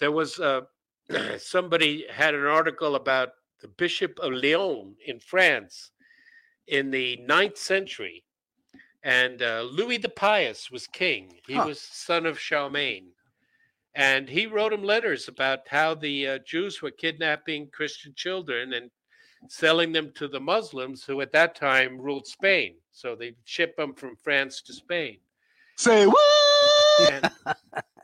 Speaker 3: there was uh, <clears throat> somebody had an article about the Bishop of Lyon in France in the ninth century, and uh, Louis the Pious was king. He
Speaker 4: Huh.
Speaker 3: was son of Charlemagne. And he wrote him letters about how the uh, Jews were kidnapping Christian children and selling them to the Muslims who at that time ruled Spain. So they ship them from France to Spain.
Speaker 8: Say what?
Speaker 3: And,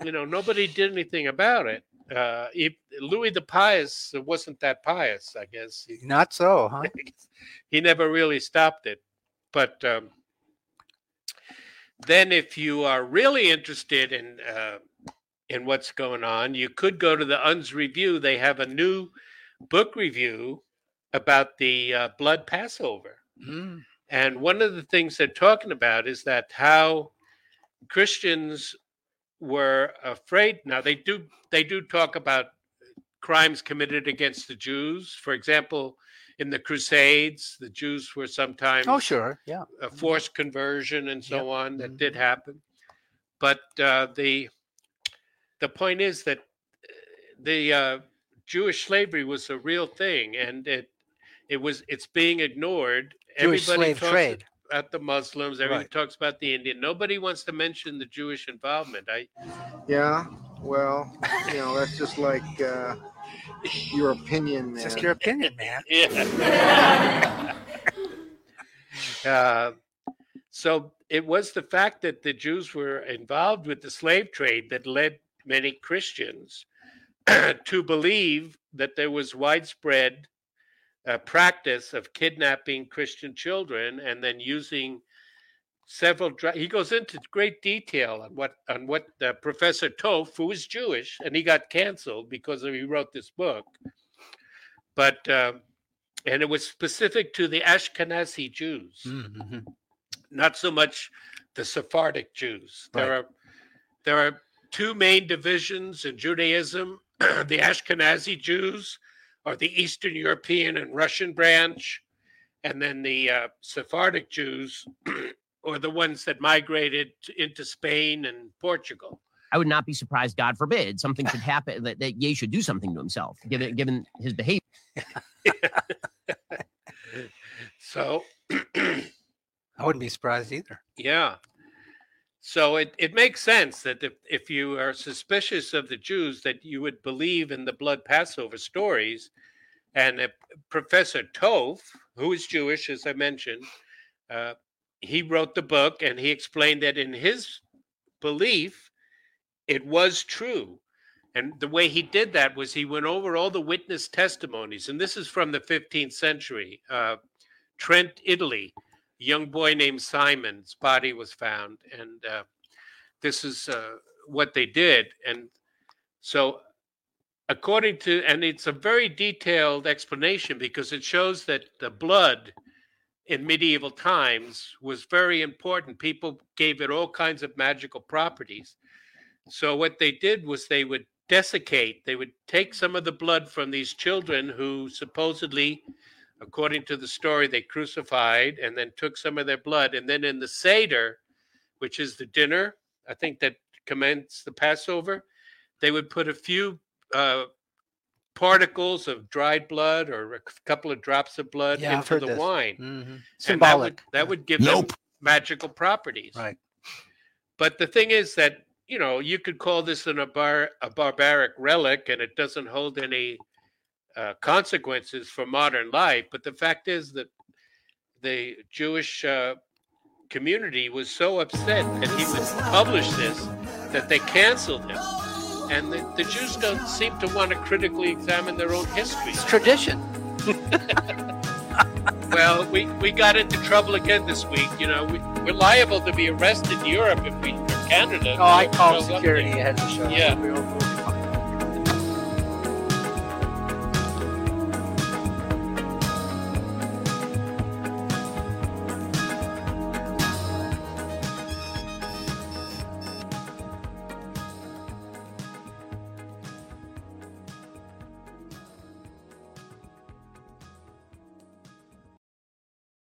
Speaker 3: you know, nobody did anything about it. Uh, if Louis the Pious wasn't that pious, I guess. <laughs> He,
Speaker 4: Not so, huh?
Speaker 3: he never really stopped it. But um, then, if you are really interested in uh, in what's going on, you could go to the UN's review. They have a new book review about the uh, Blood Passover.
Speaker 4: Mm.
Speaker 3: And one of the things they're talking about is that how Christians were afraid. Now they do they do talk about crimes committed against the Jews. For example, in the Crusades, the Jews were sometimes
Speaker 4: Oh, sure, yeah.
Speaker 3: a forced conversion and so on that did
Speaker 4: Mm-hmm.
Speaker 3: happen. But uh, the the point is that uh, the uh, Jewish slavery was a real thing, and it it was it's being ignored.
Speaker 4: Jewish slave
Speaker 3: talks
Speaker 4: trade.
Speaker 3: about the Muslims. Everybody
Speaker 4: Right.
Speaker 3: talks about the Indian. Nobody wants to mention the Jewish involvement. I
Speaker 17: Yeah, well, you know, that's just like uh, your opinion, man.
Speaker 4: Just your opinion, man.
Speaker 3: Yeah. uh, so it was the fact that the Jews were involved with the slave trade that led many Christians <clears throat> to believe that there was widespread uh, practice of kidnapping Christian children and then using several dra- he goes into great detail on what on what uh, professor Toff who is Jewish and he got canceled because he wrote this book but uh, and it was specific to the Ashkenazi Jews
Speaker 4: Mm-hmm.
Speaker 3: not so much the Sephardic Jews. There are there are two main divisions in Judaism: <clears throat> the Ashkenazi Jews, or the Eastern European and Russian branch, and then the uh, Sephardic Jews, <clears throat> or the ones that migrated t- into Spain and Portugal.
Speaker 7: I would not be surprised, God forbid, something should happen that, that Ye should do something to himself, given given his behavior.
Speaker 3: So
Speaker 4: I wouldn't be surprised either.
Speaker 3: Yeah. So it, it makes sense that if, if you are suspicious of the Jews, that you would believe in the blood Passover stories. And if Professor Tov, who is Jewish, as I mentioned, uh, he wrote the book and he explained that in his belief, it was true. And the way he did that was he went over all the witness testimonies. And this is from the 15th century. Uh, Trent, Italy, a young boy named Simon's body was found. And uh, this is uh, what they did. And so, according to, and it's a very detailed explanation because it shows that the blood in medieval times was very important. People gave it all kinds of magical properties. So what they did was they would desiccate, they would take some of the blood from these children who supposedly, according to the story, they crucified and then took some of their blood. And then in the Seder, which is the dinner, I think that commenced the Passover, they would put a few uh, particles of dried blood or a c- couple of drops of blood
Speaker 4: Yeah, I've
Speaker 3: into
Speaker 4: heard
Speaker 3: the
Speaker 4: this.
Speaker 3: wine.
Speaker 4: Mhm.
Speaker 3: And that would,
Speaker 4: Symbolic.
Speaker 3: that would give them magical properties.
Speaker 4: Right.
Speaker 3: But the thing is that you know you could call this an a bar a barbaric relic, and it doesn't hold any uh, consequences for modern life. But the fact is that the Jewish uh, community was so upset that he would publish this that they canceled him. And the, the Jews don't seem to want to critically examine their own history. It's
Speaker 4: tradition.
Speaker 3: well, we, we got into trouble again this week. You know, we, we're liable to be arrested in Europe if we, or Canada.
Speaker 4: Oh, I
Speaker 3: if we
Speaker 4: called
Speaker 3: show up
Speaker 4: security
Speaker 3: there.
Speaker 4: ahead of the show.
Speaker 3: Yeah.